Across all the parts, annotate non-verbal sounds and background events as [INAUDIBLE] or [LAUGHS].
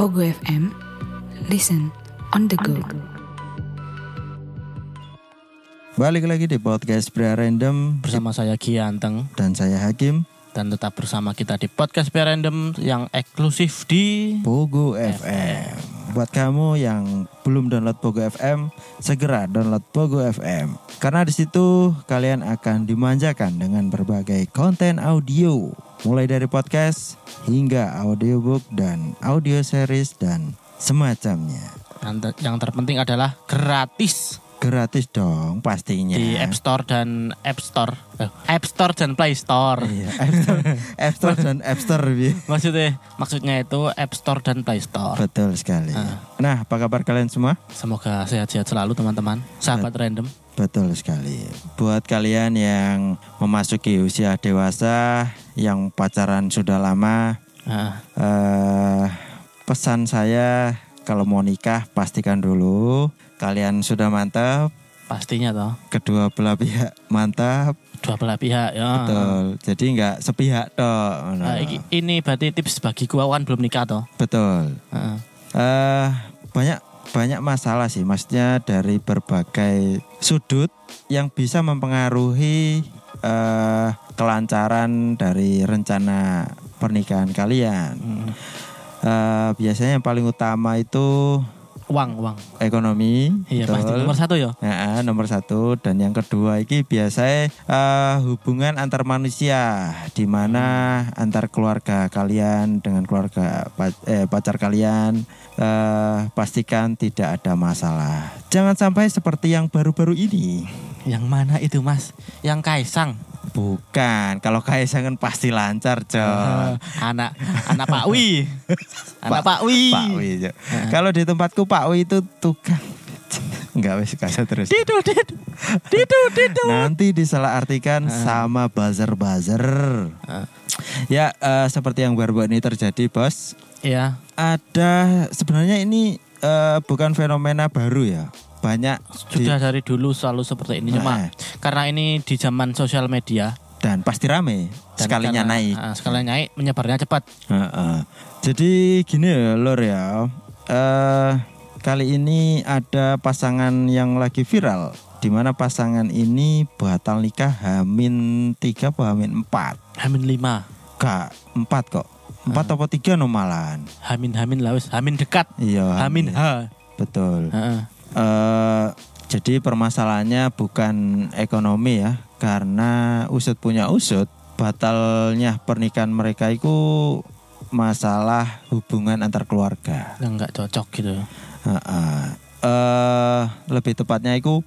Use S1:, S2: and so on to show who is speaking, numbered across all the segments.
S1: Ogo FM. Listen on the go.
S2: Balik lagi di podcast Pria Random
S3: Bersama saya Ki Anteng
S2: dan saya Hakim
S3: dan tetap bersama kita di podcast Pia Random yang eksklusif di
S2: Pogo FM. Buat kamu yang belum download Pogo FM, segera download Pogo FM. Karena di situ kalian akan dimanjakan dengan berbagai konten audio, mulai dari podcast hingga audiobook dan audio series dan semacamnya.
S3: dan te- yang terpenting adalah gratis
S2: Gratis dong pastinya.
S3: di App Store dan App Store, Eh, App Store dan Play Store.
S2: Iya, App Store, App Store dan App Store. Bi.
S3: Maksudnya maksudnya itu App Store dan Play Store.
S2: Betul sekali.
S3: Ah.
S2: Nah, apa kabar kalian semua?
S3: Semoga sehat-sehat selalu teman-teman. Sahabat random.
S2: Betul sekali. Buat kalian yang memasuki usia dewasa, yang pacaran sudah lama,
S3: Nah,
S2: eh, pesan saya kalau mau nikah pastikan dulu kalian sudah mantap,
S3: pastinya toh
S2: kedua belah pihak mantap,
S3: dua belah pihak ya.
S2: betul. Jadi nggak sepihak toh. Nah,
S3: Nah, iki- ini berarti tips bagiku aku kan belum nikah toh.
S2: Betul.
S3: Nah,
S2: eh banyak banyak masalah sih, maksudnya dari berbagai sudut yang bisa mempengaruhi eh kelancaran dari rencana pernikahan kalian.
S3: mm.
S2: Eh biasanya yang paling utama itu
S3: Uang, uang.
S2: ekonomi,
S3: Iya
S2: betul.
S3: pasti nomor satu ya.
S2: Ya, nomor satu dan yang kedua ini biasanya eh, hubungan antar manusia di mana antar keluarga kalian dengan keluarga pa- eh, pacar kalian eh, pastikan tidak ada masalah jangan sampai seperti yang baru-baru ini
S3: Yang mana itu mas? Yang Kaisang.
S2: bukan kalau Kaisang kan pasti lancar
S3: Eh,
S2: John
S3: anak anak Pak
S2: [LAUGHS]
S3: Wi. anak Pak Wi.
S2: Pak Wi Cok. kalau di tempatku Pak Wi itu tukang [LAUGHS] nggak wes kasih terus
S3: Didu didu didu didu.
S2: Nanti disalahartikan sama buzzer-buzzer.
S3: Ah.
S2: Ya, eh, seperti yang baru-baru ini terjadi, Bos.
S3: Iya,
S2: Ada sebenarnya ini eh, bukan fenomena baru ya. Banyak di-
S3: sudah dari dulu selalu seperti ini
S2: Eh.
S3: cuma karena ini di zaman sosial media
S2: dan pasti rame
S3: dan
S2: sekalinya
S3: karena-
S2: naik.
S3: ah, sekalinya naik menyebarnya cepat.
S2: Heeh. Jadi gini ya, Lor ya. Eh, kali ini ada pasangan yang lagi viral di mana pasangan ini batal nikah Hamin 3 atau Hamin 4.
S3: Hamin 5,
S2: Gak, empat kok. Empat atau tiga no malahan.
S3: Hamin Hamin lah wis, Hamin dekat,
S2: Iya.
S3: Hamin H.
S2: Betul.
S3: Heeh.
S2: eh jadi permasalahannya bukan ekonomi ya, karena usut punya usut, batalnya pernikahan mereka itu masalah hubungan antar keluarga.
S3: Yang nggak cocok gitu.
S2: Heeh. Eh, lebih tepatnya itu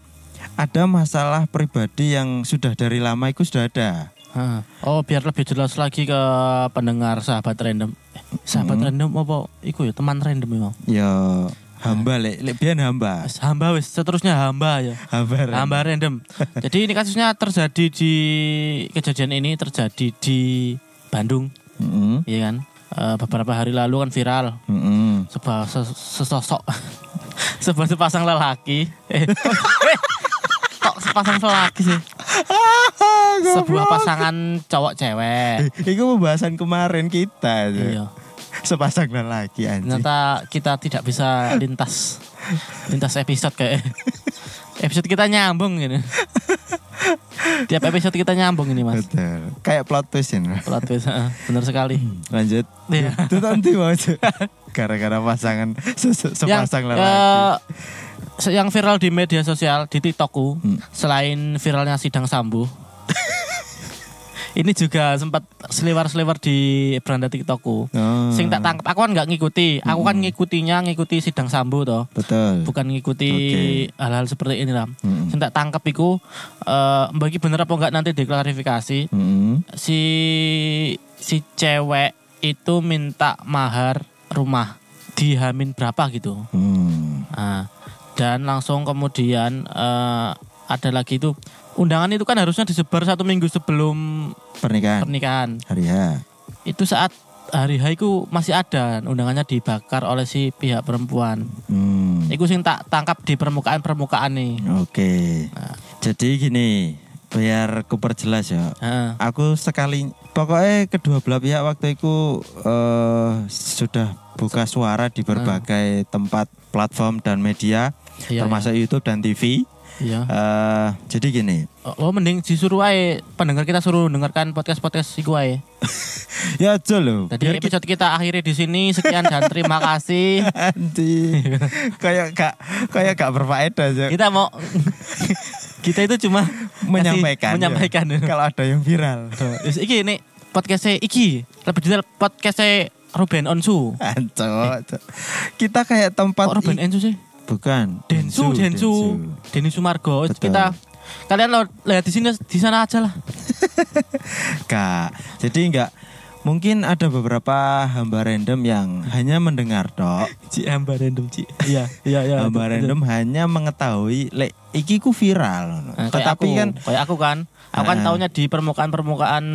S2: ada masalah pribadi yang sudah dari lama itu sudah ada.
S3: Heeh. Oh, biar lebih jelas lagi ke pendengar sahabat random. Eh, sahabat random apa iku ya teman random ya.
S2: Ya hamba lek, lek biyen hamba.
S3: Wis, Hamba wis, seterusnya hamba ya.
S2: Hamba. Ren.
S3: Hamba random. Jadi ini kasusnya terjadi di kejadian ini terjadi di Bandung,
S2: Mm-mm.
S3: ya kan? Eh, beberapa hari lalu kan viral
S2: Mm-mm.
S3: [LAUGHS] sebuah se- sesosok [LAUGHS] sebuah sepasang lelaki. [LAUGHS] Eh, eh, kok sepasang lelaki sih? Sebuah pasangan cowok cewek.
S2: Itu pembahasan kemarin kita itu.
S3: Iya.
S2: Sepasang lelaki anjing.
S3: Ternyata kita tidak bisa lintas lintas episode kayak eh, episode kita nyambung ini. Tiap episode kita nyambung ini mas.
S2: Betul. Kayak plot twist ini.
S3: Plot twist, heeh. bener sekali.
S2: Lanjut.
S3: Iya.
S2: Itu nanti mau aja. Gara-gara pasangan se- se- sepasang lelaki.
S3: eh, se- yang viral di media sosial di TikTokku, selain viralnya sidang sambu, ini juga sempat seliwer-seliwer di beranda TikTokku.
S2: Oh,
S3: Sing tak tangkap, aku kan nggak ngikuti. Aku kan ngikutinya ngikuti sidang sambu toh.
S2: Betul.
S3: Bukan ngikuti hal-hal seperti ini lah.
S2: Mm-mm.
S3: Sing tak tangkep iku eh, mbak iki bener apa enggak nanti diklarifikasi.
S2: Mm-mm.
S3: Si si cewek itu minta mahar rumah di Hamin berapa gitu.
S2: Hmm.
S3: Nah, dan langsung kemudian eh, ada lagi itu undangan itu kan harusnya disebar satu minggu sebelum
S2: Pernikahan.
S3: pernikahan.
S2: Hari H.
S3: Itu saat hari H itu masih ada undangannya dibakar oleh si pihak perempuan.
S2: Hmm.
S3: Itu sing tak tangkap di permukaan-permukaan nih.
S2: Oke.
S3: Nah.
S2: Jadi gini, biar ku perjelas ya.
S3: Heeh.
S2: Aku sekali Pokoknya kedua belah pihak waktu itu eh, sudah buka suara di berbagai tempat platform dan media
S3: Hmm. Iya,
S2: termasuk YouTube dan TV.
S3: Iya.
S2: Eh, jadi gini,
S3: Oh, mending disuruh ae pendengar kita suruh dengarkan podcast-podcast iku ae.
S2: ya jolo.
S3: Jadi episode kita akhiri di sini. Sekian dan terima kasih.
S2: [LAUGHS] Anti. kayak gak kayak gak berfaedah aja.
S3: Kita mau kita itu cuma ngasih-
S2: menyampaikan.
S3: menyampaikan.
S2: ya. Kalau ada yang viral.
S3: Terus iki ini podcastnya iki lebih detail podcastnya Ruben Onsu.
S2: Anco. Kita kayak tempat
S3: Kok Ruben
S2: i-
S3: Onsu sih?
S2: bukan
S3: Densu, Densu, Denny Sumargo.
S2: Betul.
S3: Kita kalian lo lihat di sini di sana aja lah.
S2: Kak. Jadi nggak mungkin ada beberapa hamba random yang hanya mendengar dok.
S3: Ci hamba random Ci. Iya, iya, iya.
S2: Hamba random hanya mengetahui lek iki ku viral.
S3: Nah, kayak
S2: Tetapi
S3: aku,
S2: kan
S3: kayak aku kan, aku kan
S2: Ah. Hmm.
S3: taunya di permukaan-permukaan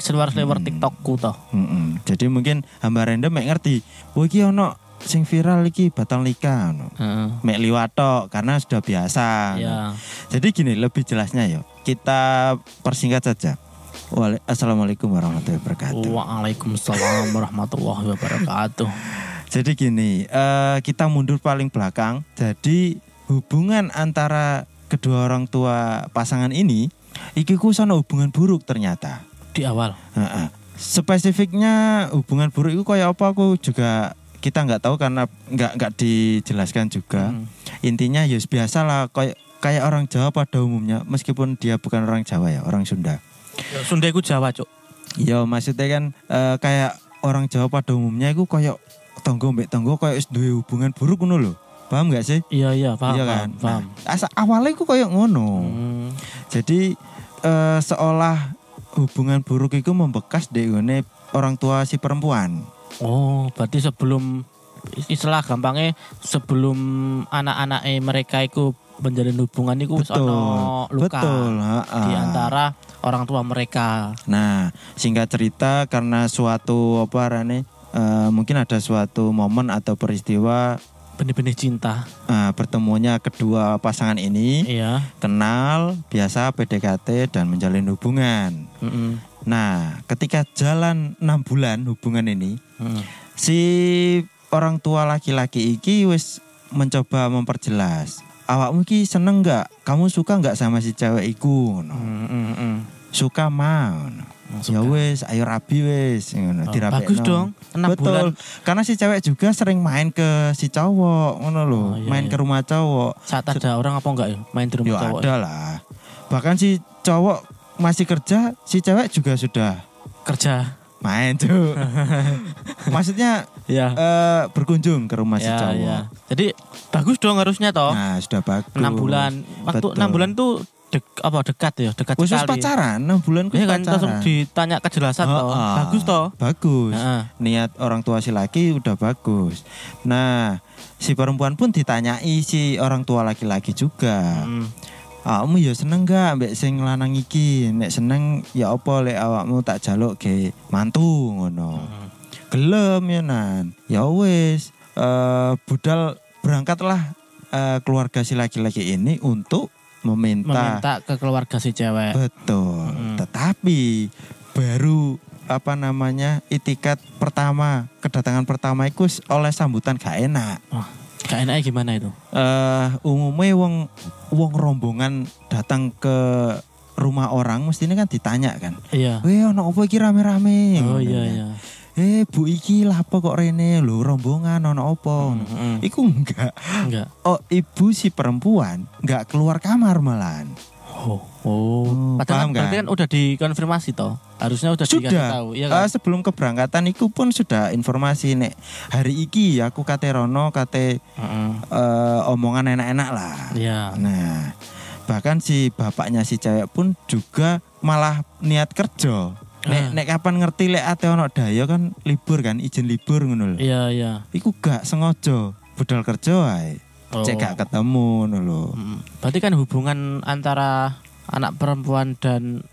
S3: seluar-seluar TikTokku toh.
S2: Mm-mm. Jadi mungkin hamba random mek ngerti. Wah iki ono sing viral iki batal nikah. ono.
S3: Heeh.
S2: Mek liwat tok, karena sudah biasa.
S3: Iya.
S2: Jadi gini lebih jelasnya ya. Kita persingkat saja. Wale- Assalamualaikum warahmatullahi wabarakatuh.
S3: Waalaikumsalam warahmatullahi wabarakatuh.
S2: Jadi gini, eh, kita mundur paling belakang. Jadi hubungan antara kedua orang tua pasangan ini, iki ku sono hubungan buruk ternyata.
S3: Di awal.
S2: Heeh. Spesifiknya hubungan buruk itu kayak apa? Aku juga kita nggak tahu karena nggak nggak dijelaskan juga.
S3: Hmm.
S2: Intinya ya biasalah kayak kayak orang Jawa pada umumnya, meskipun dia bukan orang Jawa ya, orang Sunda.
S3: Sunda iku Jawa, Cuk.
S2: Ya maksudnya kan eh, kayak orang Jawa pada umumnya itu kayak tonggo mbek tonggo kayak wis duwe hubungan buruk ngono lho. Paham gak sih?
S3: Iya, iya, paham,
S2: iya
S3: paham,
S2: kan?
S3: paham.
S2: Nah, asa awalnya iku kayak ngono.
S3: Hmm.
S2: Jadi eh, seolah hubungan buruk itu membekas di ngone orang tua si perempuan.
S3: Oh, berarti sebelum istilah gampangnya sebelum anak-anak mereka itu menjalin hubungan itu wis ono luka
S2: Betul, Ah. ha-ha.
S3: di antara orang tua mereka.
S2: Nah, singkat cerita karena suatu apa arane eh, mungkin ada suatu momen atau peristiwa
S3: Benih-benih cinta.
S2: eh, pertemuannya kedua pasangan ini
S3: Iya.
S2: kenal, biasa PDKT dan menjalin hubungan.
S3: Mm-mm.
S2: Nah, ketika jalan 6 bulan hubungan ini,
S3: Mm.
S2: si orang tua laki-laki iki wis mencoba memperjelas. Awakmu iki seneng nggak? Kamu suka nggak sama si cewek iku? Ngono.
S3: Mm, mm, mm.
S2: Suka mau. ngono.
S3: Masuk
S2: Ya
S3: kan?
S2: wis, ayo rabi wis. ngono,
S3: Oh,
S2: dirapekno.
S3: bagus dong, enam bulan.
S2: Betul. Karena si cewek juga sering main ke si cowok, ngono lho,
S3: Oh, iya,
S2: main
S3: iya.
S2: ke rumah cowok.
S3: Saat ada orang apa enggak ya main di rumah
S2: Ya
S3: cowok?
S2: ada lah. Bahkan si cowok masih kerja, si cewek juga sudah
S3: Kerja.
S2: main tuh.
S3: [LAUGHS]
S2: Maksudnya
S3: Iya.
S2: eh, berkunjung ke rumah si
S3: Ya,
S2: cowok.
S3: ya. Jadi bagus dong harusnya toh.
S2: Nah sudah bagus.
S3: 6 bulan. Waktu
S2: Betul.
S3: 6 bulan tuh dek- apa dekat ya, dekat
S2: Khusus
S3: sekali.
S2: pacaran, 6 bulan
S3: Iya
S2: khusus
S3: kan
S2: pacaran.
S3: langsung ditanya kejelasan toh.
S2: Heeh.
S3: Bagus toh.
S2: Bagus.
S3: Heeh.
S2: Niat orang tua si laki udah bagus. Nah si perempuan pun ditanyai si orang tua laki-laki juga.
S3: Mm.
S2: Awakmu ya seneng gak mbek sing lanang iki? Nek seneng ya apa lek awakmu tak jaluk ge mantu ngono. Gelem ya nan. Ya wis eh, budal berangkatlah eh, keluarga si laki-laki ini untuk meminta.
S3: Meminta ke keluarga si cewek.
S2: Betul.
S3: Mm.
S2: Tetapi baru apa namanya itikat pertama kedatangan pertama iku s- oleh sambutan gak enak.
S3: Wah, gak enaknya gimana itu?
S2: eh umumnya wong wong rombongan datang ke rumah orang mestinya kan ditanya kan
S3: Iya.
S2: Weh ono apa iki rame-rame
S3: Oh
S2: Ngono
S3: iya
S2: kan.
S3: iya.
S2: Eh bu iki lapo kok rene lho rombongan ono apa
S3: Mm, mm.
S2: Iku enggak
S3: Enggak.
S2: Oh ibu si perempuan enggak keluar kamar malahan
S3: Oh. Oh.
S2: Hmm,
S3: Padahal
S2: paham
S3: kan,
S2: kan?
S3: berarti kan udah dikonfirmasi toh. Harusnya udah dikasih
S2: Sudah
S3: tahu, iya kan?
S2: Eh, Sebelum keberangkatan iku pun sudah informasi Nek hari iki aku kate rono kate
S3: Heeh.
S2: eh, omongan enak-enak lah
S3: Iya.
S2: Nah, bahkan si bapaknya si cewek pun juga malah niat kerja. Nek,
S3: Ah.
S2: nek kapan ngerti lek ate ono daya kan libur kan, izin libur ngono lho.
S3: Iya iya.
S2: Iku gak sengaja budal kerja ae.
S3: Oh.
S2: Cek gak ketemu ngono lho.
S3: Mm. Berarti kan hubungan antara anak perempuan dan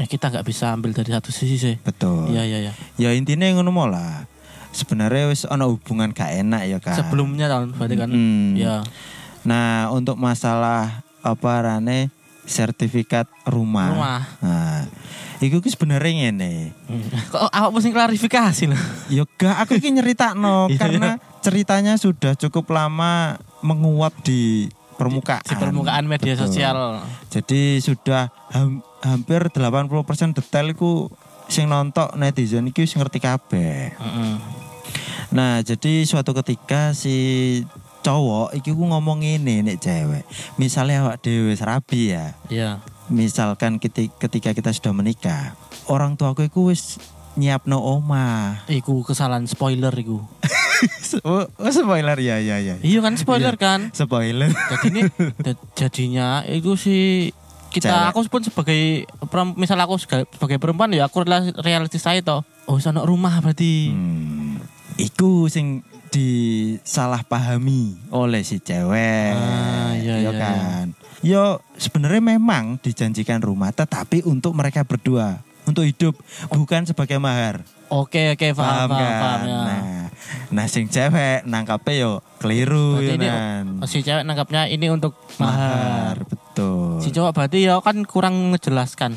S3: eh, kita nggak bisa ambil dari satu sisi sih.
S2: Betul.
S3: Iya iya iya.
S2: Ya intinya ngono mola. Sebenarnya wis ono hubungan gak enak ya kan.
S3: Sebelumnya tahun berarti kan.
S2: Mm.
S3: Iya.
S2: Nah, untuk masalah apa rane sertifikat rumah.
S3: Rumah.
S2: Nah, iku ki sebenarnya ngene.
S3: Kok awak pusing klarifikasi loh.
S2: Ya gak aku ki nyeritakno
S3: [LAUGHS] Iya.
S2: karena ceritanya sudah cukup lama menguap di permukaan.
S3: Di permukaan media
S2: Betul.
S3: sosial.
S2: Jadi sudah ham- hampir 80% detail iku sing nonton netizen iki wis ngerti kabeh.
S3: Heeh.
S2: Nah, jadi suatu ketika si cowok iki ku ngomong ngene nek cewek. Misalnya awak dhewe wis rabi ya.
S3: Iya.
S2: Misalkan keti- ketika kita sudah menikah, orang tua aku iku wis nyiapno omah.
S3: [LAUGHS] Iku kesalahan spoiler iku.
S2: Oh, oh, spoiler ya ya ya.
S3: Iya kan spoiler kan.
S2: Spoiler.
S3: Jadi ini da- jadinya itu si kita
S2: Cewek.
S3: aku pun sebagai perem- misal aku sega- sebagai perempuan ya aku rela- realistis saya toh. Oh, sana rumah berarti.
S2: Hmm, iku sing disalahpahami oleh si cewek.
S3: Ah, iya,
S2: Yo
S3: iya,
S2: kan. Yo sebenarnya memang dijanjikan rumah tetapi untuk mereka berdua, untuk hidup bukan sebagai mahar.
S3: Oke, oke, paham, paham,
S2: kan?
S3: paham, ya.
S2: Nah, nah sing cewek nangkape yo keliru ya yo
S3: Berarti ini
S2: nan.
S3: Si cewek nangkapnya ini untuk mahar.
S2: Mahar, betul.
S3: Si cowok berarti ya kan kurang menjelaskan.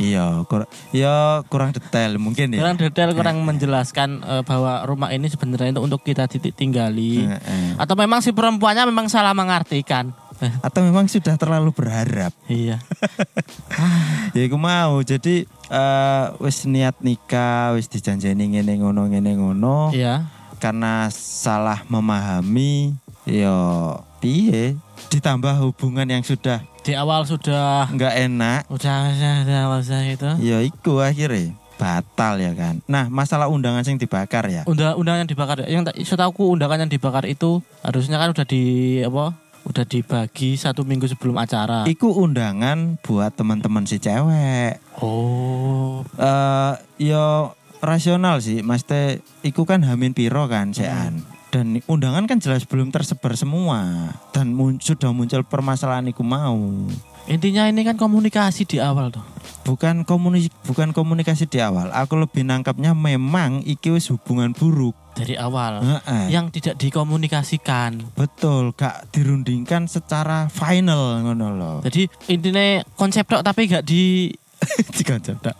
S2: Iya, kur iya, kurang detail mungkin ya.
S3: Kurang detail, kurang menjelaskan eh, bahwa rumah ini sebenarnya itu untuk kita titik tinggali.
S2: Heeh.
S3: Atau memang si perempuannya memang salah mengartikan. [LAUGHS] Eh,
S2: Atau memang sudah terlalu berharap.
S3: iya.
S2: ya iku mau jadi eh, wis niat nikah wis dijanjeni ngene ngono ngene ngono
S3: Iya.
S2: karena salah memahami yo piye ditambah hubungan yang sudah
S3: Di awal sudah
S2: nggak enak
S3: udah udah udah, gitu. awal sudah itu.
S2: ya iku akhirnya batal ya kan nah masalah undangan sing dibakar ya
S3: Undang undangan yang dibakar. Yang tak setahuku undangan yang dibakar itu harusnya kan udah di apa? Udah dibagi satu minggu sebelum acara.
S2: iku undangan buat teman-teman si cewek
S3: Oh.
S2: eh yo rasional sih Mas Te iku kan Hamin Piro
S3: Hmm.
S2: kan sean dan undangan kan jelas belum tersebar semua dan mun- sudah muncul permasalahan iku mau
S3: Intinya ini kan komunikasi di awal tuh.
S2: bukan komunikasi bukan komunikasi di awal aku lebih nangkapnya memang iki wis hubungan buruk
S3: Dari awal.
S2: Heeh.
S3: Ah. yang tidak dikomunikasikan.
S2: betul gak dirundingkan secara final ngono loh
S3: Oh.
S2: [LAUGHS]
S3: Jadi intinya konsep tok tapi gak di
S2: jika cedak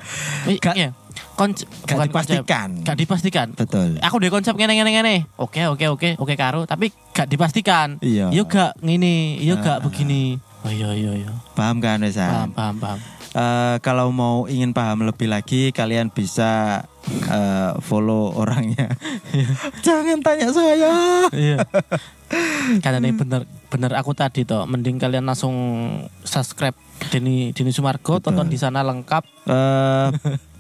S3: eh,
S2: Gak-
S3: iya. Konse-
S2: gak
S3: bukan konsep.
S2: dipastikan
S3: Gak Ah. dipastikan.
S2: betul
S3: Aku deh konsep ngene ngene ngene. Oke oke oke oke karo tapi gak dipastikan.
S2: iya
S3: Yo gak ngene,
S2: Ah.
S3: yo gak begini. Oh iya iya iya.
S2: paham kan Wesan?
S3: Paham paham
S2: [LAUGHS]
S3: paham.
S2: Eh, kalau mau ingin paham lebih lagi kalian bisa eh, follow orangnya. [LAUGHS] Jangan tanya saya.
S3: Iya. Karena ini bener bener aku tadi toh mending kalian langsung subscribe Dini Dini Sumargo
S2: Betul.
S3: tonton di sana lengkap.
S2: Eh,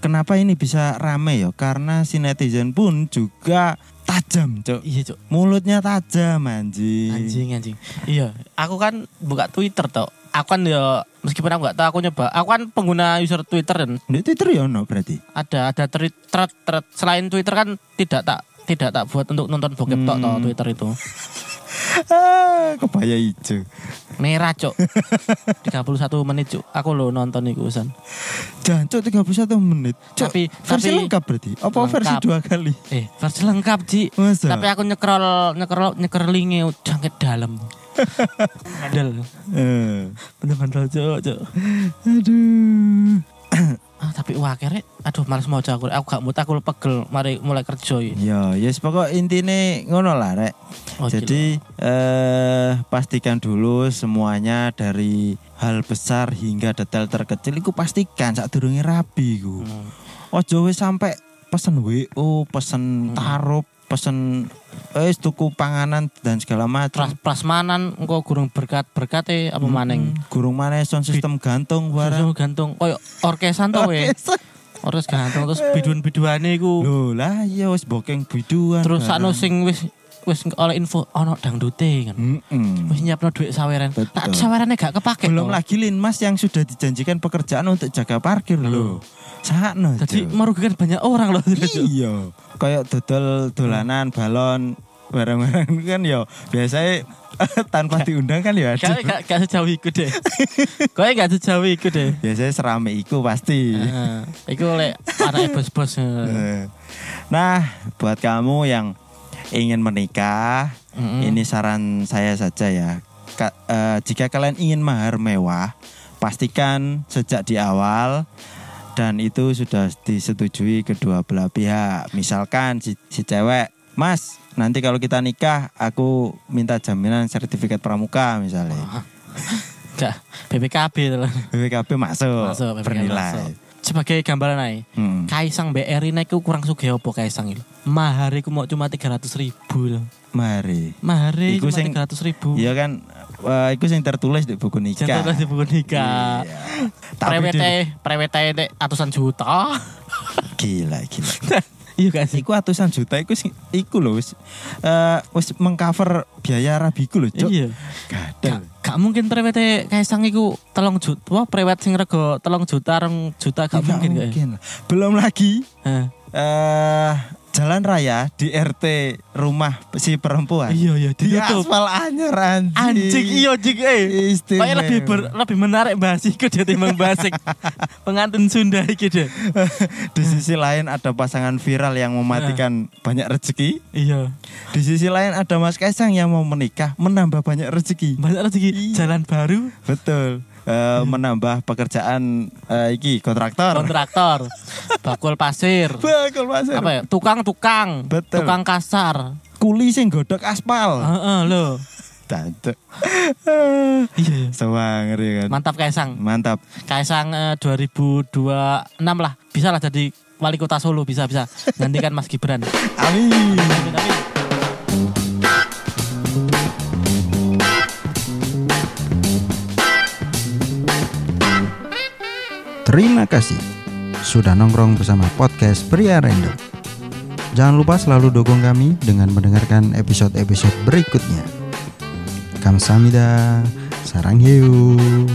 S2: kenapa ini bisa rame ya? Karena si netizen pun juga tajam, Cuk.
S3: Iya, Cuk.
S2: Mulutnya tajam anjing.
S3: Anjing anjing. Iya, aku kan buka Twitter toh. Aku kan ya meskipun aku nggak tahu aku nyoba. Aku kan pengguna user Twitter dan
S2: Di Twitter ya no berarti.
S3: ada ada tweet thread, thread. selain Twitter kan tidak tak tidak tak buat untuk nonton bokep tok toh
S2: Hmm.
S3: Twitter itu.
S2: Ah, kebaya hijau.
S3: Merah,
S2: [LAUGHS]
S3: Cuk. 31 menit, Cuk. Aku lo nonton iku urusan.
S2: Jancuk 31 menit. Cuk,
S3: Tapi-
S2: versi
S3: tapi-
S2: lengkap berarti. Apa versi
S3: Lengkap.
S2: dua kali?
S3: Eh, versi lengkap, Ji.
S2: Masa?
S3: Tapi aku nyekrol nyekrol nyekrelinge udah ke dalam.
S2: [LAUGHS]
S3: Bandel.
S2: Eh,
S3: Bener bandel, Cuk, Cuk.
S2: Aduh.
S3: Ah, tapi wah akhirnya aduh males mau aku aku gak mut aku pegel mari mulai kerja iki.
S2: Ya, yes pokok intine ngono lah rek.
S3: Oh,
S2: Jadi eh pastikan dulu semuanya dari hal besar hingga detail terkecil iku pastikan sak durunge rabi iku.
S3: Hmm.
S2: Ojo wis sampai pesen WO,
S3: Hmm.
S2: pesen tarup, pesen eh tuku panganan dan segala macam.
S3: Pras prasmanan engko gurung berkat berkate
S2: Hmm.
S3: apa maning.
S2: Gurung maneh sound system gantung barang.
S3: Susu gantung koyo orkesan to we. Orkes gantung terus bidun-biduane iku.
S2: Lho lah ya wis bokeng biduan.
S3: Terus sakno
S2: barang.
S3: sing wis wis oleh info ono dangdute kan.
S2: Mm-mm.
S3: Wis nyiapno duit saweran.
S2: Hmm. Betul.
S3: Tak sawerane gak kepake.
S2: Belum
S3: to.
S2: lagi Linmas yang sudah dijanjikan pekerjaan untuk jaga parkir loh. Sakno.
S3: Jadi
S2: Cuk.
S3: merugikan banyak orang loh.
S2: iya. Kayak dodol dolanan balon barang-barang itu kan ya biasanya [LAUGHS] tanpa diundang kan ya
S3: Kayak gak, gak sejauh iku
S2: [LAUGHS]
S3: deh. Kowe gak sejauh iku deh.
S2: biasanya serame iku pasti.
S3: Heeh. Iku oleh anak bos-bos. heeh.
S2: Eh. Nah, buat kamu yang ingin menikah,
S3: Mm-mm.
S2: ini saran saya saja ya. Ka- eh, jika kalian ingin mahar mewah, pastikan sejak di awal dan itu sudah disetujui kedua belah pihak. Misalkan si, si cewek, Mas, nanti kalau kita nikah, aku minta jaminan sertifikat pramuka
S3: Ah.
S2: misalnya.
S3: Enggak, BPKB itu lah.
S2: BPKB masuk,
S3: Masuk, BPKB
S2: bernilai.
S3: masuk. Sebagai gambaran ae.
S2: Hmm.
S3: Kaisang BRI naik ku kurang sugih apa Kaisang itu? Mahari ku mau cuma 300 ribu loh.
S2: Mari.
S3: Mahari
S2: Iku
S3: cuma
S2: sing-
S3: 300 ribu.
S2: Iya kan, eh, itu yang tertulis di buku nikah.
S3: Jatuh di buku nikah.
S2: Iya. Tapi
S3: Prewete,
S2: dulu-
S3: prewete dek atusan
S2: [LAUGHS]
S3: juta.
S2: gila, gila.
S3: Iya gak sih?
S2: Iku atusan juta, iku sing- iku loh, wis, eh, wis mengcover biaya rabiku loh, Cuk.
S3: Iya. Gak,
S2: Gadel.
S3: gak mungkin prewete Kaisang iku telung juta. Wah, prewet sing rego telung juta, rong juta
S2: Tidak
S3: gak mungkin. gak ya?
S2: mungkin lah. Belum lagi
S3: Hah.
S2: eh jalan raya di RT rumah si perempuan.
S3: Iya, iya,
S2: Di
S3: ditutup.
S2: aspal anyar anjing.
S3: Anjing iya jik eh.
S2: Istimewa.
S3: Kayaknya lebih ber- lebih menarik bahas iku timbang bahas [LAUGHS] ik- pengantin Sunda iki deh.
S2: [LAUGHS] di sisi lain ada pasangan viral yang mematikan banyak rezeki.
S3: Iya.
S2: Di sisi lain ada Mas Kaisang yang mau menikah menambah banyak rezeki.
S3: Banyak rezeki jalan baru
S2: Betul.
S3: Hmm.
S2: Eh, menambah pekerjaan eh, iki kontraktor.
S3: kontraktor bakul pasir
S2: Bakul pasir.
S3: apa ya tukang-tukang
S2: Betul.
S3: tukang kasar
S2: Kuli sing godhok aspal.
S3: heeh lho
S2: Tante.
S3: Ah. iya iya.
S2: Sewang ngeri kan.
S3: mantap Kaisang
S2: Mantap.
S3: Kaisang eh, 2026 lah bisa lah jadi wali kota Solo bisa bisa gantikan Mas Gibran
S2: Amin.
S3: Tapi-
S4: Terima kasih sudah nongkrong bersama podcast Pria Random. Jangan lupa selalu dukung kami dengan mendengarkan episode-episode berikutnya. Kamsahamnida, sarang hiu.